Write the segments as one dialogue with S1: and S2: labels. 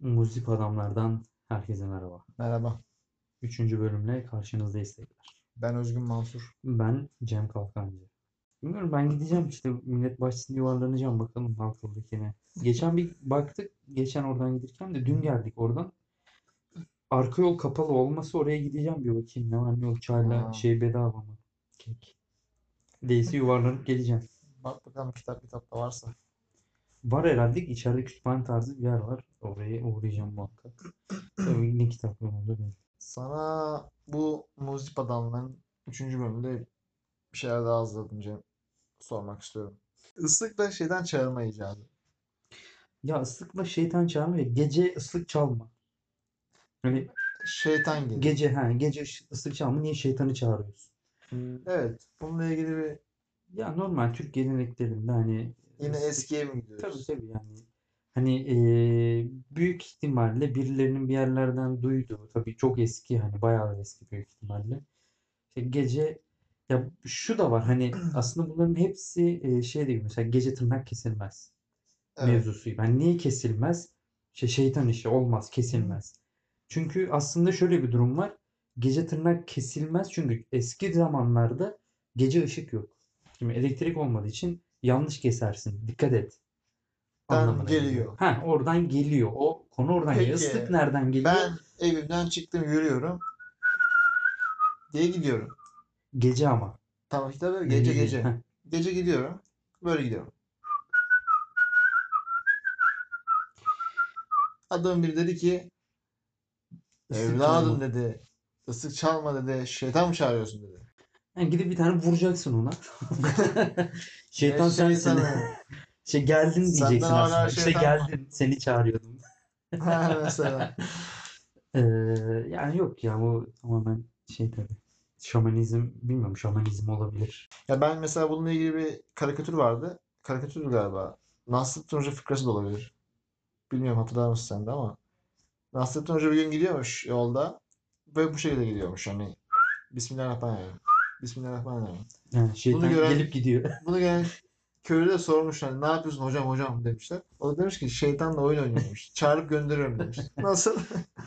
S1: Muzip Adamlar'dan herkese merhaba.
S2: Merhaba,
S1: Üçüncü bölümle karşınızdayız tekrar.
S2: ben Özgün Mansur.
S1: Ben Cem Kalkancı. Bilmiyorum ben gideceğim işte millet bahçesinde yuvarlanacağım bakalım Halkalı'dakine. Geçen bir baktık, geçen oradan giderken de dün geldik oradan. Arka yol kapalı olması oraya gideceğim bir bakayım ne var ne yok çayla
S2: Aa.
S1: şey bedava mı? Kek. Değilse yuvarlanıp geleceğim.
S2: Bak bakalım kitap kitapta varsa.
S1: Var herhalde ki içeride kütüphane tarzı bir yer var. Oraya uğrayacağım muhakkak. Tabii ne kitaplar oldu bilmiyorum.
S2: Sana bu Muzip Adamların 3. bölümünde bir şeyler daha hazırladım Cem. Sormak istiyorum. Islıkla şeyden çağırma icadı.
S1: Ya ıslıkla şeytan çağırma ya. Gece ıslık çalma. Hani
S2: Şeytan gibi.
S1: gece ha gece ş- ıslık çalma niye şeytanı çağırıyorsun?
S2: Evet, bununla ilgili bir
S1: Ya normal Türk geleneklerinde hani
S2: yine
S1: ıslık-
S2: eskiye mi
S1: tabii
S2: gidiyoruz?
S1: tabii yani hani eee, büyük ihtimalle birilerinin bir yerlerden duyduğu tabii çok eski hani bayağı eski büyük ihtimalle. İşte gece ya şu da var hani aslında bunların hepsi eee, şey değil mesela gece tırnak kesilmez.
S2: Evet.
S1: mevzusu. Ben niye kesilmez? Şey, şeytan işi olmaz, kesilmez. Çünkü aslında şöyle bir durum var. Gece tırnak kesilmez çünkü eski zamanlarda gece ışık yok. Şimdi elektrik olmadığı için yanlış kesersin. Dikkat et.
S2: Ben
S1: Anlamına
S2: geliyor.
S1: Ha, oradan geliyor. O konu oradan geliyor.
S2: Peki.
S1: Islık nereden geliyor?
S2: Ben evimden çıktım yürüyorum diye gidiyorum.
S1: Gece ama.
S2: Tamam işte böyle gece
S1: değil.
S2: gece.
S1: Heh.
S2: Gece gidiyorum. Böyle gidiyorum. Adam biri dedi ki
S1: Islık
S2: evladım
S1: çalma.
S2: dedi ıslık çalma dedi şeytan mı çağırıyorsun dedi.
S1: Yani gidip bir tane vuracaksın ona. Şeytan
S2: "E,
S1: sensin.
S2: şeytanı."
S1: Şey geldin
S2: Senden
S1: diyeceksin
S2: hala
S1: aslında. İşte
S2: şeytan var.
S1: geldin. Seni çağırıyordum.
S2: Ha, mesela.
S1: Ee, yani yok ya bu tamamen şey tabii. Şamanizm bilmiyorum şamanizm olabilir.
S2: Ya ben mesela bununla ilgili bir karikatür vardı. Karikatürdü galiba. Nasrettin Hoca fıkrası da olabilir. Bilmiyorum hatırlar mısın sen de ama. Nasrettin Hoca bir gün gidiyormuş yolda. Böyle bu şekilde gidiyormuş hani. Bismillahirrahmanirrahim. Bismillahirrahmanirrahim.
S1: Yani şeytan
S2: gören-
S1: gelip gidiyor.
S2: Bunu gelen köylü de sormuş hani ne yapıyorsun hocam hocam demişler. O da demiş ki şeytanla oyun oynuyormuş. Çağırıp gönderiyorum demiş. Nasıl?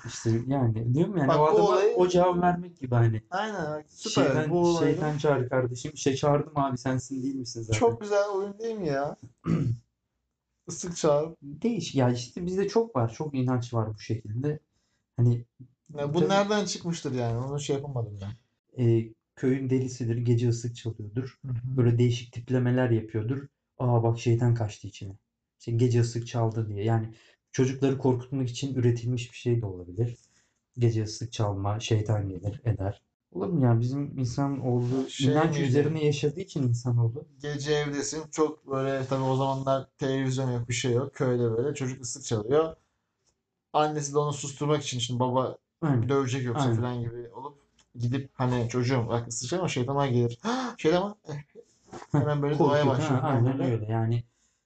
S1: İşte yani diyorum yani
S2: Bak
S1: o
S2: bu
S1: adama
S2: olayı-
S1: o cevabı vermek gibi hani.
S2: Aynen bak, süper.
S1: Şeytan,
S2: Bu olayı-
S1: şeytan çağır kardeşim. Şey çağırdım abi sensin değil misin zaten?
S2: Çok güzel oyun değil mi ya? Islık çağırıp.
S1: Değiş ya işte bizde çok var. Çok inanç var bu şekilde. Hani
S2: Ya bu
S1: Tabii.
S2: nereden çıkmıştır yani? Onu şey yapamadım ya.
S1: e, köyün delisidir. Gece ıslık çalıyordur. böyle değişik tiplemeler yapıyordur. Aa bak şeytan kaçtı içine. İşte gece ıslık çaldı diye. Yani çocukları korkutmak için üretilmiş bir şey de olabilir. Gece ıslık çalma, şeytan gelir, eder. Olur mu ya? Bizim insan olduğu
S2: Şey
S1: inanç
S2: miydi?
S1: üzerine yaşadığı için insan oldu.
S2: Gece evdesin. Çok böyle tabii o zamanlar televizyon yok bir şey yok. Köyde böyle çocuk ıslık çalıyor. Annesi de onu susturmak için şimdi baba
S1: Aynen.
S2: dövecek yoksa
S1: Aynen.
S2: falan gibi olup gidip hani çocuğum bak ısıracak ama şeytana gelir. Şeytan ama hemen böyle duaya
S1: Korkuyor.
S2: başlıyor.
S1: Ha, aynen öyle. Yani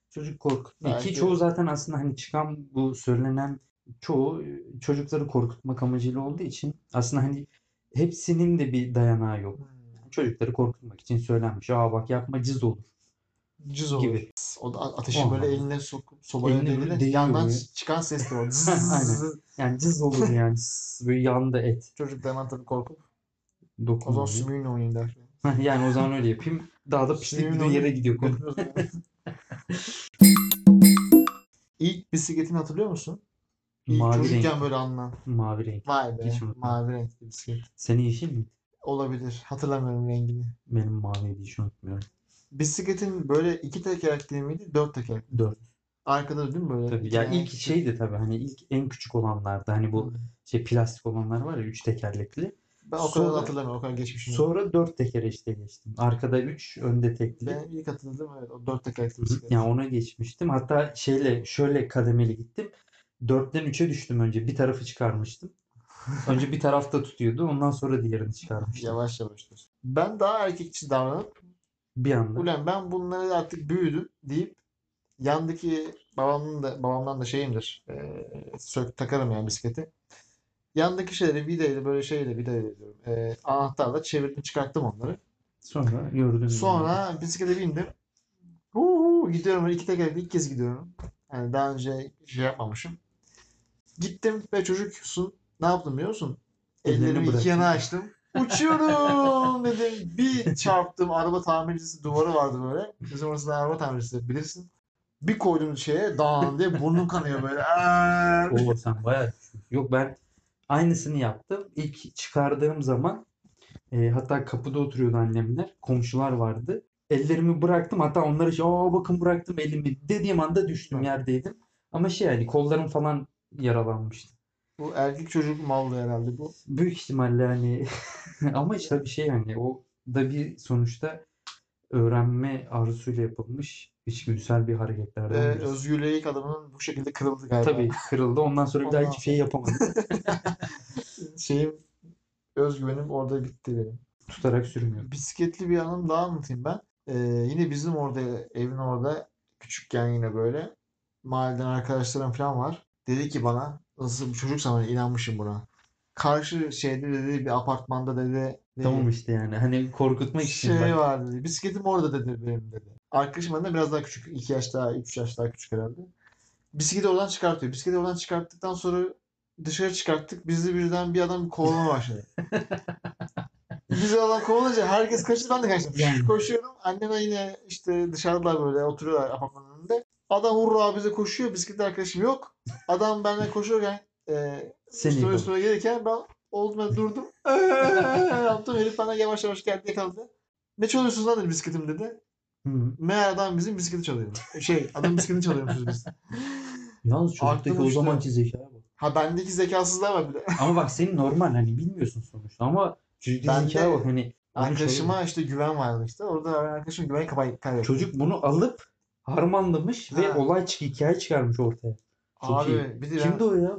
S1: çocuk korkutma. Ki
S2: Belki-
S1: çoğu zaten aslında hani çıkan bu söylenen çoğu e, çocukları korkutmak amacıyla olduğu için aslında hani hepsinin de bir dayanağı yok.
S2: Hmm,
S1: çocukları korkutmak için söylenmiş. Aa bak yapma cız olur
S2: Cız olur.
S1: gibi.
S2: O da a- ateşi
S1: Olmaz.
S2: böyle eline sokup sobaya
S1: Eline böyle
S2: değdirir.
S1: değiyor
S2: Yandan
S1: böyle.
S2: ç- çıkan ses de o. Zzz,
S1: Aynen.
S2: zzz.
S1: Yani cız olur yani. Sss, Böyle yanda et.
S2: Çocuk da hemen tabii korkup o zaman
S1: Dokunuyor.
S2: sümüğünle oynayayım der.
S1: yani o zaman öyle yapayım. Daha da pislik bir de
S2: Sümüğünle
S1: yere gidiyor konu.
S2: oynayıp götürüyoruz onu. İlk bisikletini hatırlıyor musun? İlk
S1: Mavi
S2: çocukken
S1: renk.
S2: böyle alınan.
S1: Mavi renk.
S2: Vay be.
S1: Hiç unutmam.
S2: Mavi renkli bisiklet.
S1: Senin yeşil mi?
S2: Olabilir. Hatırlamıyorum rengini.
S1: Benim maviydi hiç unutmuyorum.
S2: Bisikletin böyle iki tekerlekli miydi? Dört tekerlekli.
S1: Dört.
S2: Arkada değil mi böyle?
S1: Tabii.
S2: iki
S1: Ya
S2: tane
S1: ilk
S2: küçük-
S1: şeydi tabii hani ilk en küçük olanlarda hani bu şey plastik olanlar var ya üç tekerlekli.
S2: Ben o kadar da
S1: Sonra-
S2: hatırlamıyorum. O kadar geçmişim yok.
S1: Sonra dört tekere işte geçtim. Arkada üç, önde tekli.
S2: Ben ilk hatırladığım evet, o dört tekerlekli
S1: Hı hı.
S2: bisiklet.
S1: Yani ona geçmiştim. Hatta şeyle şöyle kademeli gittim. Dörtten üçe düştüm önce. Bir tarafı çıkarmıştım. Önce bir tarafta tutuyordu. Ondan sonra diğerini çıkarmıştım.
S2: Yavaş yavaş diyorsun. Ben daha erkekçi davranıp
S1: Bir anda.
S2: ulan ben bunları artık büyüdüm deyip yandaki babamın da babamdan da şeyimdir. eee, sök takarım yani bisikleti. Yandaki şeyleri videyle böyle şeyle videyle diyorum. eee, anahtarla çevirdim çıkarttım onları.
S1: Sonra gördüm.
S2: Sonra bisiklete bindim. Huu, gidiyorum böyle iki tekerlekli ilk kez gidiyorum. Yani daha önce şey yapmamışım. Gittim ve çocuksun. Ne yaptım biliyor musun?
S1: Ellerini
S2: Ellerimi iki
S1: bıraktın.
S2: yana açtım. Uçuyorum dedim. Bir çarptım. Araba tamircisi duvarı vardı böyle. Bizim orasında araba tamircisi bilirsin. Bir koydum şeye dağın diye burnum kanıyor böyle. Aa!
S1: Oo sen bayağı düşün. Yok ben aynısını yaptım. İlk çıkardığım zaman e, hatta kapıda oturuyordu annemler. Komşular vardı. Ellerimi bıraktım. Hatta onlara şey, aa bakın bıraktım elimi dediğim anda düştüm yerdeydim. Ama şey yani kollarım falan yaralanmıştı.
S2: Bu erkek çocuk mallı herhalde bu.
S1: Büyük ihtimalle hani ama işte bir şey yani o da bir sonuçta öğrenme arzusuyla yapılmış içgüdüsel bir hareketlerden
S2: Ve
S1: birisi.
S2: Özgür Yelek adamının bu şekilde kırıldı galiba.
S1: Tabii kırıldı. Ondan sonra bir daha
S2: Ondan
S1: hiçbir şey yapamadım.
S2: Şeyim özgüvenim orada bitti benim.
S1: Tutarak sürmüyorum.
S2: Bisikletli bir anım daha anlatayım ben. Ee, yine bizim orada evin orada küçükken yine böyle mahalleden arkadaşlarım falan var. Dedi ki bana nasıl bir çocuk sana inanmışım buna. Karşı şeyde dedi bir apartmanda dedi
S1: Tamam
S2: dedi,
S1: işte yani hani korkutmak için
S2: şey
S1: bak.
S2: var dedi. Bisikletim orada dedi benim dedi. Arkadaşım benden biraz daha küçük. 2 yaş daha 3 yaş daha küçük herhalde. Bisikleti oradan çıkartıyor. Bisikleti oradan çıkarttıktan sonra dışarı çıkarttık. Bizi birden bir adam kovalama başladı. Bizi adam kovalayınca herkes kaçtı ben de kaçtım.
S1: Yani.
S2: Koşuyorum. Anneme yine işte dışarıda böyle oturuyorlar apartmanın önünde. Adam hurra bize koşuyor. Bisikletli arkadaşım yok. Adam benden koşuyorken e,
S1: Seni
S2: üstüme
S1: yakaladı.
S2: üstüme gelirken ben oldum durdum. Eee yaptım. Herif bana yavaş yavaş geldi yakaladı. Ne çalıyorsunuz lan dedi bisikletim dedi.
S1: Hı.
S2: Meğer adam bizim bisikleti çalıyormuş. Şey adam bisikletini çalıyormuşuz biz.
S1: Yalnız çocuktaki
S2: Aklım
S1: o
S2: uçtu.
S1: zamanki zekaya bak.
S2: Ha bendeki zekasızlığa var bir de.
S1: Ama bak senin normal hani bilmiyorsun sonuçta ama çocuktaki
S2: Ben de
S1: zekaya bak hani onu
S2: Arkadaşıma işte güven vardı işte. Orada ben arkadaşım güven kapay
S1: çal-
S2: kaybettim.
S1: çocuk bunu alıp harmanlamış ve
S2: Ha.
S1: olay çık hikaye çıkarmış ortaya. çok
S2: Abi
S1: iyi.
S2: bir de ben...
S1: Kimdi o ya?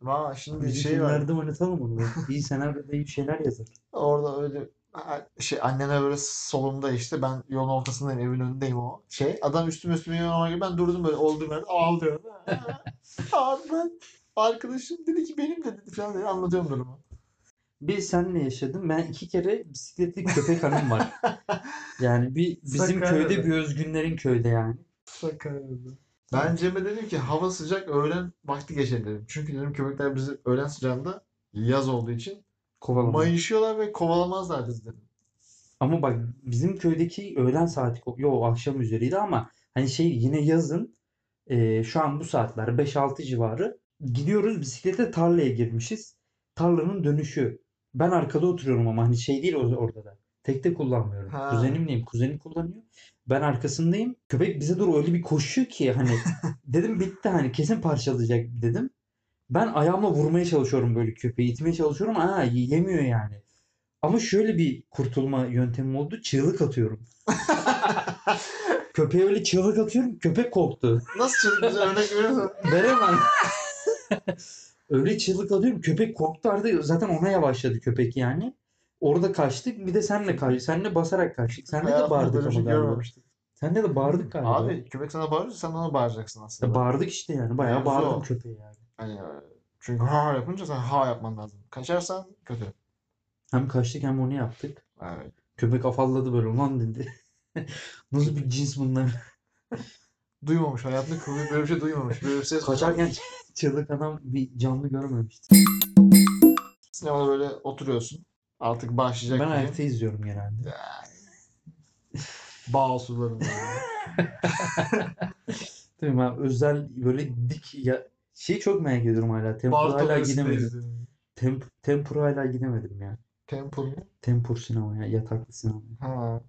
S2: Valla şimdi
S1: Bizim
S2: şey var.
S1: filmlerde oynatalım onu. bak. İyi senaryoda iyi şeyler yazar.
S2: Orada öyle ha, şey annene böyle solumda işte ben yolun ortasındayım evin önündeyim o şey adam üstüme üstüme yoruma gibi ben durdum böyle oldum böyle ağlıyorum abi ben arkadaşım dedi ki benim de dedi falan dedi anlatıyorum durumu
S1: Bir senle yaşadım. Ben iki kere bisikletli köpek hanım var. Yani bir bizim
S2: Sakarya'da.
S1: köyde bir özgünlerin köyde yani.
S2: Ben Cem'e dedim ki hava sıcak öğlen vakti geçelim dedim. Çünkü dedim köpekler bizi öğlen sıcağında yaz olduğu için
S1: Kovalama.
S2: mayışıyorlar ve kovalamazlar bizi dedim.
S1: Ama bak bizim köydeki öğlen saati, yo akşam üzeriydi ama hani şey yine yazın e, şu an bu saatler 5-6 civarı gidiyoruz bisiklete tarlaya girmişiz. Tarlanın dönüşü. Ben arkada oturuyorum ama hani şey değil or- orada da. Tekte kullanmıyorum.
S2: Ha.
S1: Kuzenimleyim. Kuzenim kullanıyor. Ben arkasındayım. Köpek bize doğru öyle bir koşuyor ki hani dedim bitti hani kesin parçalayacak dedim. Ben ayağımla vurmaya çalışıyorum böyle köpeği itmeye çalışıyorum. Aa yemiyor yani. Ama şöyle bir kurtulma yöntemi oldu. Çığlık atıyorum. Köpeğe öyle çığlık atıyorum. Köpek korktu.
S2: Nasıl çılgın bize örnek veriyorsun?
S1: Veremem. Öyle çığlık atıyorum. Köpek korktu artık. Zaten ona yavaşladı köpek yani. Orada kaçtık. Bir de senle kaçtık. Senle basarak kaçtık. Senle de
S2: Hayatımda böyle
S1: bağırdık
S2: bir
S1: ama
S2: şey
S1: galiba.
S2: görmemiştim.
S1: Senle de bağırdık galiba.
S2: Abi köpek sana bağırıyorsa sen ona bağıracaksın aslında.
S1: Ya bağırdık işte yani. Bayağı
S2: Mevzu o.
S1: bağırdım köpeğe yani.
S2: Hani, e, çünkü ha yapınca sen ha yapman lazım. Kaçarsan kötü.
S1: Hem kaçtık hem onu yaptık.
S2: Evet.
S1: Köpek afalladı böyle. Ulan dedi. Nasıl bir cins bunlar.
S2: Duymamış hayatında köpek böyle bir şey duymamış. Böyle bir ses
S1: Kaçarken çığlık adam bir canlı görmemişti.
S2: Sinemada böyle oturuyorsun. Artık başlayacak
S1: Ben
S2: film.
S1: ayakta izliyorum genelde.
S2: Bağ sularında.
S1: Tabii ben özel böyle dik ya şey çok merak ediyorum hala. Tempura
S2: Bağ
S1: hala gidemedim.
S2: izledim.
S1: Temp Tempura hala gidemedim ya.
S2: Temple mu?
S1: Tempur sinema ya yataklı sinema.
S2: Ha.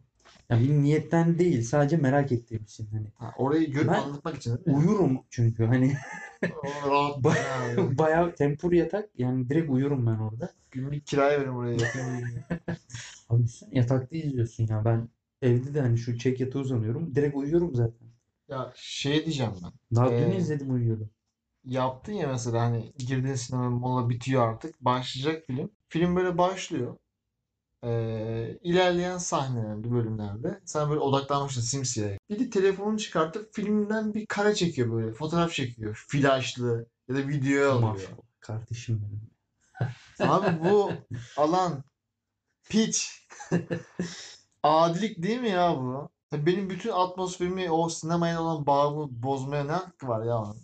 S1: Ya bir niyetten değil sadece merak ettiğim için hani.
S2: Ha, orayı görüp
S1: Ben-
S2: anlatmak için değil mi?
S1: Uyurum çünkü hani
S2: O Rahat
S1: Ba-
S2: yani.
S1: bayağı tempur yatak yani direkt uyurum ben orada.
S2: Günlük kiraya verin orayı. yapayım.
S1: Abi düşünsene yatakta izliyorsun ya ben evde de hani şu çek yatağa uzanıyorum direkt uyuyorum zaten.
S2: ya şey diyeceğim ben.
S1: Daha dün
S2: Ee,
S1: izledim uyuyordum.
S2: Yaptın ya mesela hani girdiğin sinema mola bitiyor artık. Başlayacak film. Film böyle başlıyor. Ee, ilerleyen sahnelerde, bölümlerde sen böyle odaklanmışsın simsiyah. Biri telefonunu çıkartıp filmden bir kare çekiyor böyle. Fotoğraf çekiyor. Flaşlı ya da videoya alıyor.
S1: Maşallah kardeşim benim.
S2: Abi bu alan piç. Adilik değil mi ya bu? Ya Benim bütün atmosferimi o sinemaya olan bağımı bozmaya ne hakkı var ya? onun?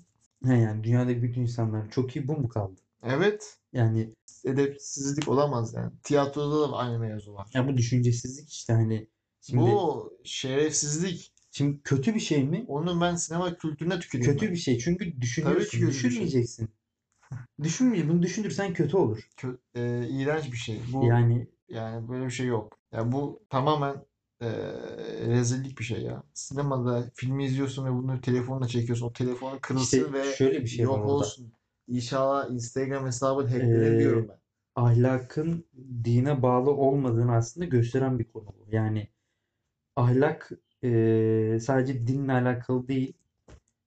S1: He yani dünyadaki bütün insanlar çok iyi bu mu kaldı?
S2: Evet.
S1: Yani
S2: Edepsizlik olamaz yani. Tiyatroda da aynı mevzu var.
S1: ya bu düşüncesizlik işte hani şimdi
S2: Bu şerefsizlik.
S1: şimdi kötü bir şey mi?
S2: Onu ben sinema kültürüne tüküreyim
S1: Kötü
S2: ben.
S1: bir şey. Çünkü
S2: Tabii ki
S1: düşünüyorsun.
S2: kötü bir şey.
S1: Düşünmeyeceksin. Düşünmeye bunu düşünürsen kötü olur.
S2: Kö- e, iğrenç bir şey. Bu
S1: Yani
S2: yani böyle bir şey yok. Yani bu tamamen e, rezillik bir şey ya. Sinemada filmi izliyorsun ve bunu telefonla çekiyorsun. O telefonu kırılsın
S1: işte
S2: ve
S1: şöyle bir şey var
S2: yok
S1: orada.
S2: olsun. İnşallah Instagram hesabı hacklenir
S1: Ee,
S2: diyorum ben.
S1: ahlakın dine bağlı olmadığını aslında gösteren bir konu bu. Yani ahlak eee, sadece dinle alakalı değil.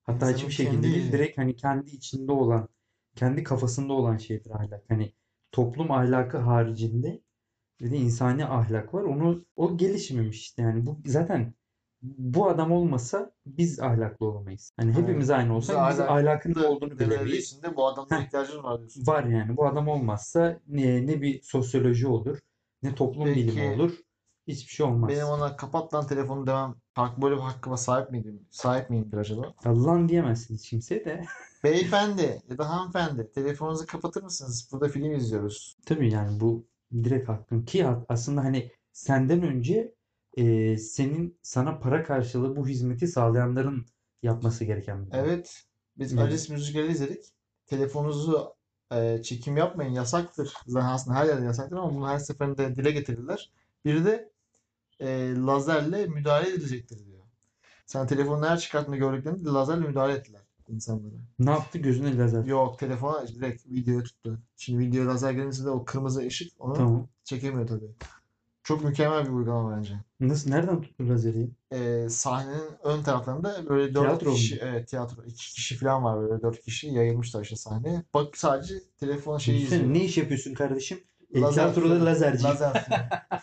S1: Hatta
S2: İnsanın
S1: hiçbir şekilde
S2: kendi-
S1: değil. Direkt hani kendi içinde olan, kendi kafasında olan şeydir ahlak. Hani toplum ahlakı haricinde bir de insani ahlak var. Onu o gelişmemiş işte. Yani bu zaten bu adam olmasa biz ahlaklı olamayız. Hani
S2: Evet.
S1: hepimiz aynı
S2: Bize
S1: olsak biz
S2: ahlak-
S1: ahlakın ne
S2: Da-
S1: olduğunu
S2: deneleri
S1: bilemeyiz
S2: içinde bu adamlara
S1: Heh.
S2: ihtiyacın var diyorsun.
S1: var yani. Bu adam olmazsa ne, ne bir sosyoloji olur, ne toplum bilimi
S2: Peki.
S1: olur. Hiçbir şey olmaz.
S2: Benim ona kapat lan telefonu demem. Hak böyle bir hakkıma sahip miydim? Sahip miyimdir acaba?
S1: Ya Lan diyemezsin hiç kimseye de.
S2: Beyefendi ya da hanımefendi telefonunuzu kapatır mısınız? Burada film izliyoruz.
S1: Tabii yani bu direkt hakkın ki ha- aslında hani senden önce e, senin sana para karşılığı bu hizmeti sağlayanların yapması gereken bir durum.
S2: Evet. Biz
S1: Evet.
S2: Alice Musical'i izledik. Telefonunuzu e, çekim yapmayın yasaktır. Zaten aslında her yerde yasaktır ama bunu her seferinde dile getirdiler. Biri de e, lazerle müdahale edilecektir diyor. Sen telefonunu her çıkarttığında gördüklerinde lazerle müdahale ettiler insanlara.
S1: Ne yaptı? Gözüne lazer.
S2: Yok telefona direkt videoya tuttu. Şimdi video lazer gelince de o kırmızı ışık onu
S1: Tamam.
S2: çekemiyor tabii. Çok mükemmel bir uygulama bence.
S1: Nasıl? Nereden tuttu lazeri?
S2: Ee, sahnenin ön taraflarında böyle dört
S1: Tiyatro mu?
S2: kişi, evet tiyatro iki kişi falan var böyle dört kişi yayılmışlar işte sahneye. Bak sadece telefon şeyi
S1: Düşünsene,
S2: izliyor.
S1: ne iş yapıyorsun kardeşim? E,
S2: Lazer
S1: tiyatroda
S2: filmi.
S1: lazerciyim.
S2: Lazer filmi.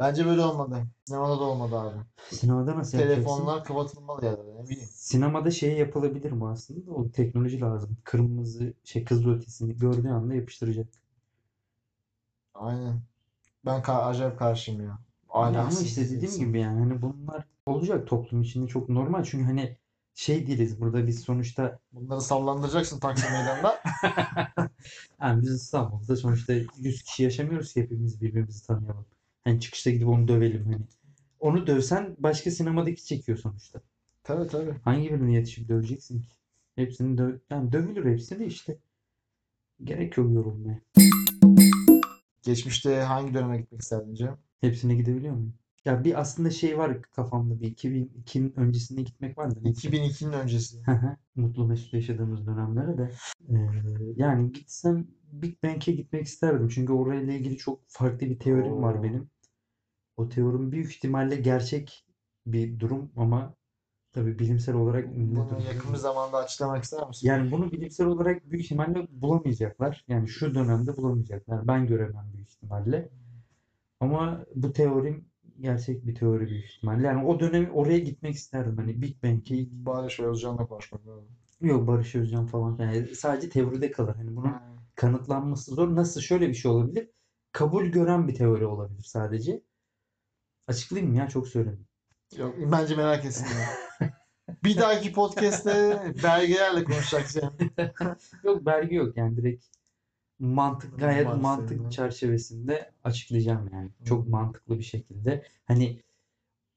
S2: Bence böyle olmadı. Sinemada da olmadı abi.
S1: Sinemada nasıl yapacaksın?
S2: Telefonlar kapatılmalı ya da ne bileyim.
S1: Sinemada şey yapılabilir mi aslında? O teknoloji lazım. Kırmızı şey kızılötesini gördüğü anda yapıştıracak.
S2: Aynen. Ben ka acayip karşıyım ya.
S1: Ama
S2: Ahlaksız
S1: işte dediğim
S2: insan.
S1: gibi yani hani bunlar olacak toplum içinde çok normal. Çünkü hani şey değiliz burada biz sonuçta
S2: Bunları sallandıracaksın Taksim meydanında.
S1: yani biz İstanbul'da sonuçta 100 kişi yaşamıyoruz ki hepimiz birbirimizi tanıyalım. Hani çıkışta gidip onu dövelim hani. Onu dövsen başka sinemadaki çekiyor sonuçta.
S2: Tabii tabii.
S1: Hangi birine yetişip döveceksin ki? Hepsini dö yani dövülür hepsini de işte. Gerek yok yorulmaya.
S2: Geçmişte hangi döneme gitmek isterdin Cem?
S1: Hepsine gidebiliyor muyum? Ya bir aslında şey var kafamda bir 2002'nin öncesine gitmek var da neyse.
S2: 2002'nin öncesi.
S1: Mutlu mesut yaşadığımız dönemlere de eee, yani gitsem Big Bang'e gitmek isterdim. Çünkü orayla ilgili çok farklı bir teorim var
S2: Oo.
S1: benim. O teorim büyük ihtimalle gerçek bir durum ama tabii bilimsel olarak
S2: Bunu
S1: nedir
S2: yakın bir
S1: bilmiyorum.
S2: zamanda açıklamak ister misin?
S1: Yani bunu bilimsel olarak büyük ihtimalle bulamayacaklar. Yani şu dönemde bulamayacaklar. Ben göremem büyük ihtimalle. Ama bu teorim gerçek bir teori büyük ihtimalle. Yani o dönemi oraya gitmek isterdim. Hani Big Bang'e
S2: Bari şöyle Özcan'la konuşmak lazım.
S1: yok Barış Özcan falan. Yani sadece teoride kalır. Hani bunun kanıtlanması zor. Nasıl şöyle bir şey olabilir? Kabul gören bir teori olabilir sadece. Açıklayayım mı ya? Çok söyledim.
S2: Yok, bence merak etsin. ya. bir dahaki podcast'te belgelerle konuşacak Cem.
S1: Yok belge yok yani direkt mantık gayet
S2: Mantık
S1: mantık
S2: üzerinden.
S1: çerçevesinde açıklayacağım yani. Çok
S2: Hı.
S1: mantıklı bir şekilde. Hani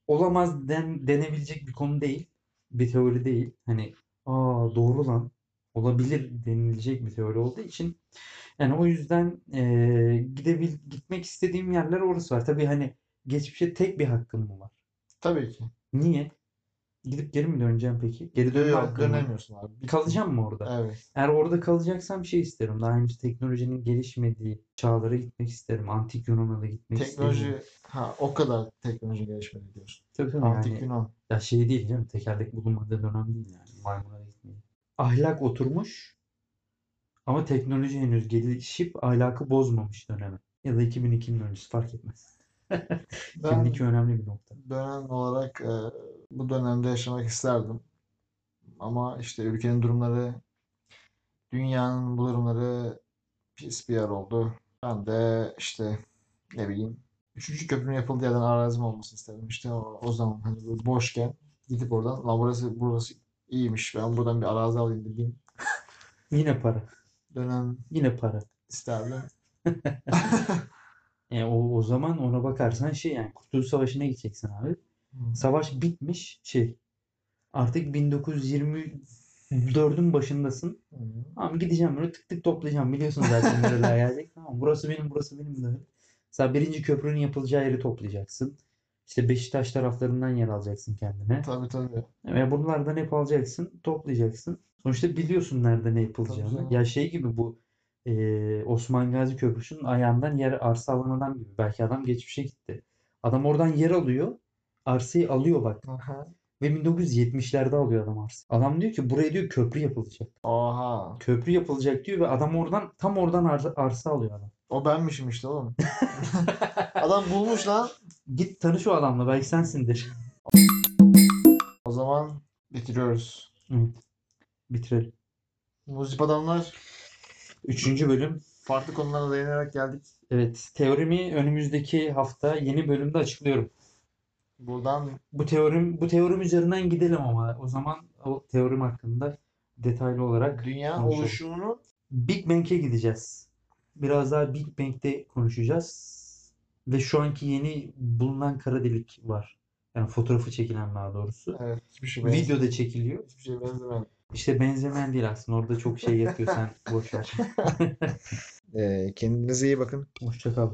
S1: olamaz den, denebilecek bir konu değil. Bir teori değil. Hani aa doğru lan olabilir denilecek bir teori olduğu için yani o yüzden eee gidebil gitmek istediğim yerler orası var. Tabii hani geçmişe tek bir hakkım mı var?
S2: Tabii ki.
S1: Niye? Gidip geri mi döneceğim peki? Geri dönme
S2: Dönüyor,
S1: hakkım var.
S2: dönemiyorsun abi. Bir-
S1: Kalacağım mı orada?
S2: Evet.
S1: Eğer orada kalacaksam şey isterim. Daha henüz teknolojinin gelişmediği çağlara gitmek isterim. Antik Yunan'a da gitmek isterim.
S2: Teknoloji, ha o kadar teknoloji gelişmedi diyorsun.
S1: Tabii tabii
S2: Antik
S1: yani.
S2: Yunan.
S1: Ya şey değil canım. Tekerlek bulunmadığı dönem değil yani. Maymuna da gitmeyi. Ahlak oturmuş ama teknoloji henüz gelişip ahlakı bozmamış dönemi. Ya da 2002'nin öncesi fark etmez.
S2: Ben
S1: 2002 önemli bir nokta.
S2: dönem olarak e, bu dönemde yaşamak isterdim. Ama işte ülkenin durumları, dünyanın bu durumları pis bir yer oldu. Ben de işte ne bileyim üçüncü köprünün yapıldığı yerden arazim olmasını isterdim. İşte o, o zaman hani böyle boşken gidip oradan lan burası, burası iyiymiş ben buradan bir arazi alayım dediğim
S1: Yine para.
S2: Dönem
S1: Yine para.
S2: isterdim.
S1: E, o, o zaman ona bakarsan şey yani Kurtuluş Savaşı'na gideceksin abi. Savaş bitmiş şey. Artık 1924'ün başındasın. Tamam gideceğim böyle tık tık toplayacağım. Biliyorsun zaten nereler gelecek. Tamam burası benim burası benim de. Mesela birinci köprünün yapılacağı yeri toplayacaksın. İşte Beşiktaş taraflarından yer alacaksın kendine.
S2: Tabii tabii.
S1: Ve bunlardan hep alacaksın, toplayacaksın. Sonuçta biliyorsun nerede ne yapılacağını.
S2: canım.
S1: Ya şey gibi bu e, Osman Gazi Köprüsü'nün ayağından yer arsa alan adam gibi. Belki adam geçmişe gitti. Adam oradan yer alıyor. Arsayı alıyor bak.
S2: Aha.
S1: Ve 1970'lerde alıyor adam arsa. Adam diyor ki buraya diyor köprü yapılacak.
S2: Oha.
S1: Köprü yapılacak diyor ve adam oradan tam oradan arsa, arsa alıyor adam.
S2: O benmişim işte oğlum. Adam bulmuş lan.
S1: Git tanış o adamla belki sensindir.
S2: O zaman bitiriyoruz.
S1: Bitirelim.
S2: Muzip adamlar
S1: Üçüncü bölüm.
S2: farklı konulara dayanarak geldik.
S1: Evet. Teorimi önümüzdeki hafta yeni bölümde açıklıyorum.
S2: Buradan
S1: Bu teorim bu teorim üzerinden gidelim ama o zaman o teorim hakkında detaylı olarak
S2: dünya
S1: Konuşalım.
S2: oluşumunu
S1: Big Bang'e gideceğiz. Biraz daha Big Bang'de konuşacağız. Ve şu anki yeni bulunan kara delik var. Yani fotoğrafı çekilen daha doğrusu.
S2: evet hiçbir şey benzemeyen.
S1: Videoda çekiliyor.
S2: Hiçbir şey benzemeyen.
S1: İşte benzemen değil aslında. Orada çok şey yatıyor sen boş ver.
S2: Ee, kendinize iyi bakın.
S1: Hoşça kal.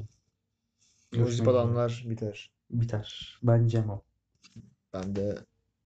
S1: Görüşmek
S2: Muzip
S1: üzere.
S2: adamlar biter.
S1: Biter. Ben Cemo.
S2: Ben de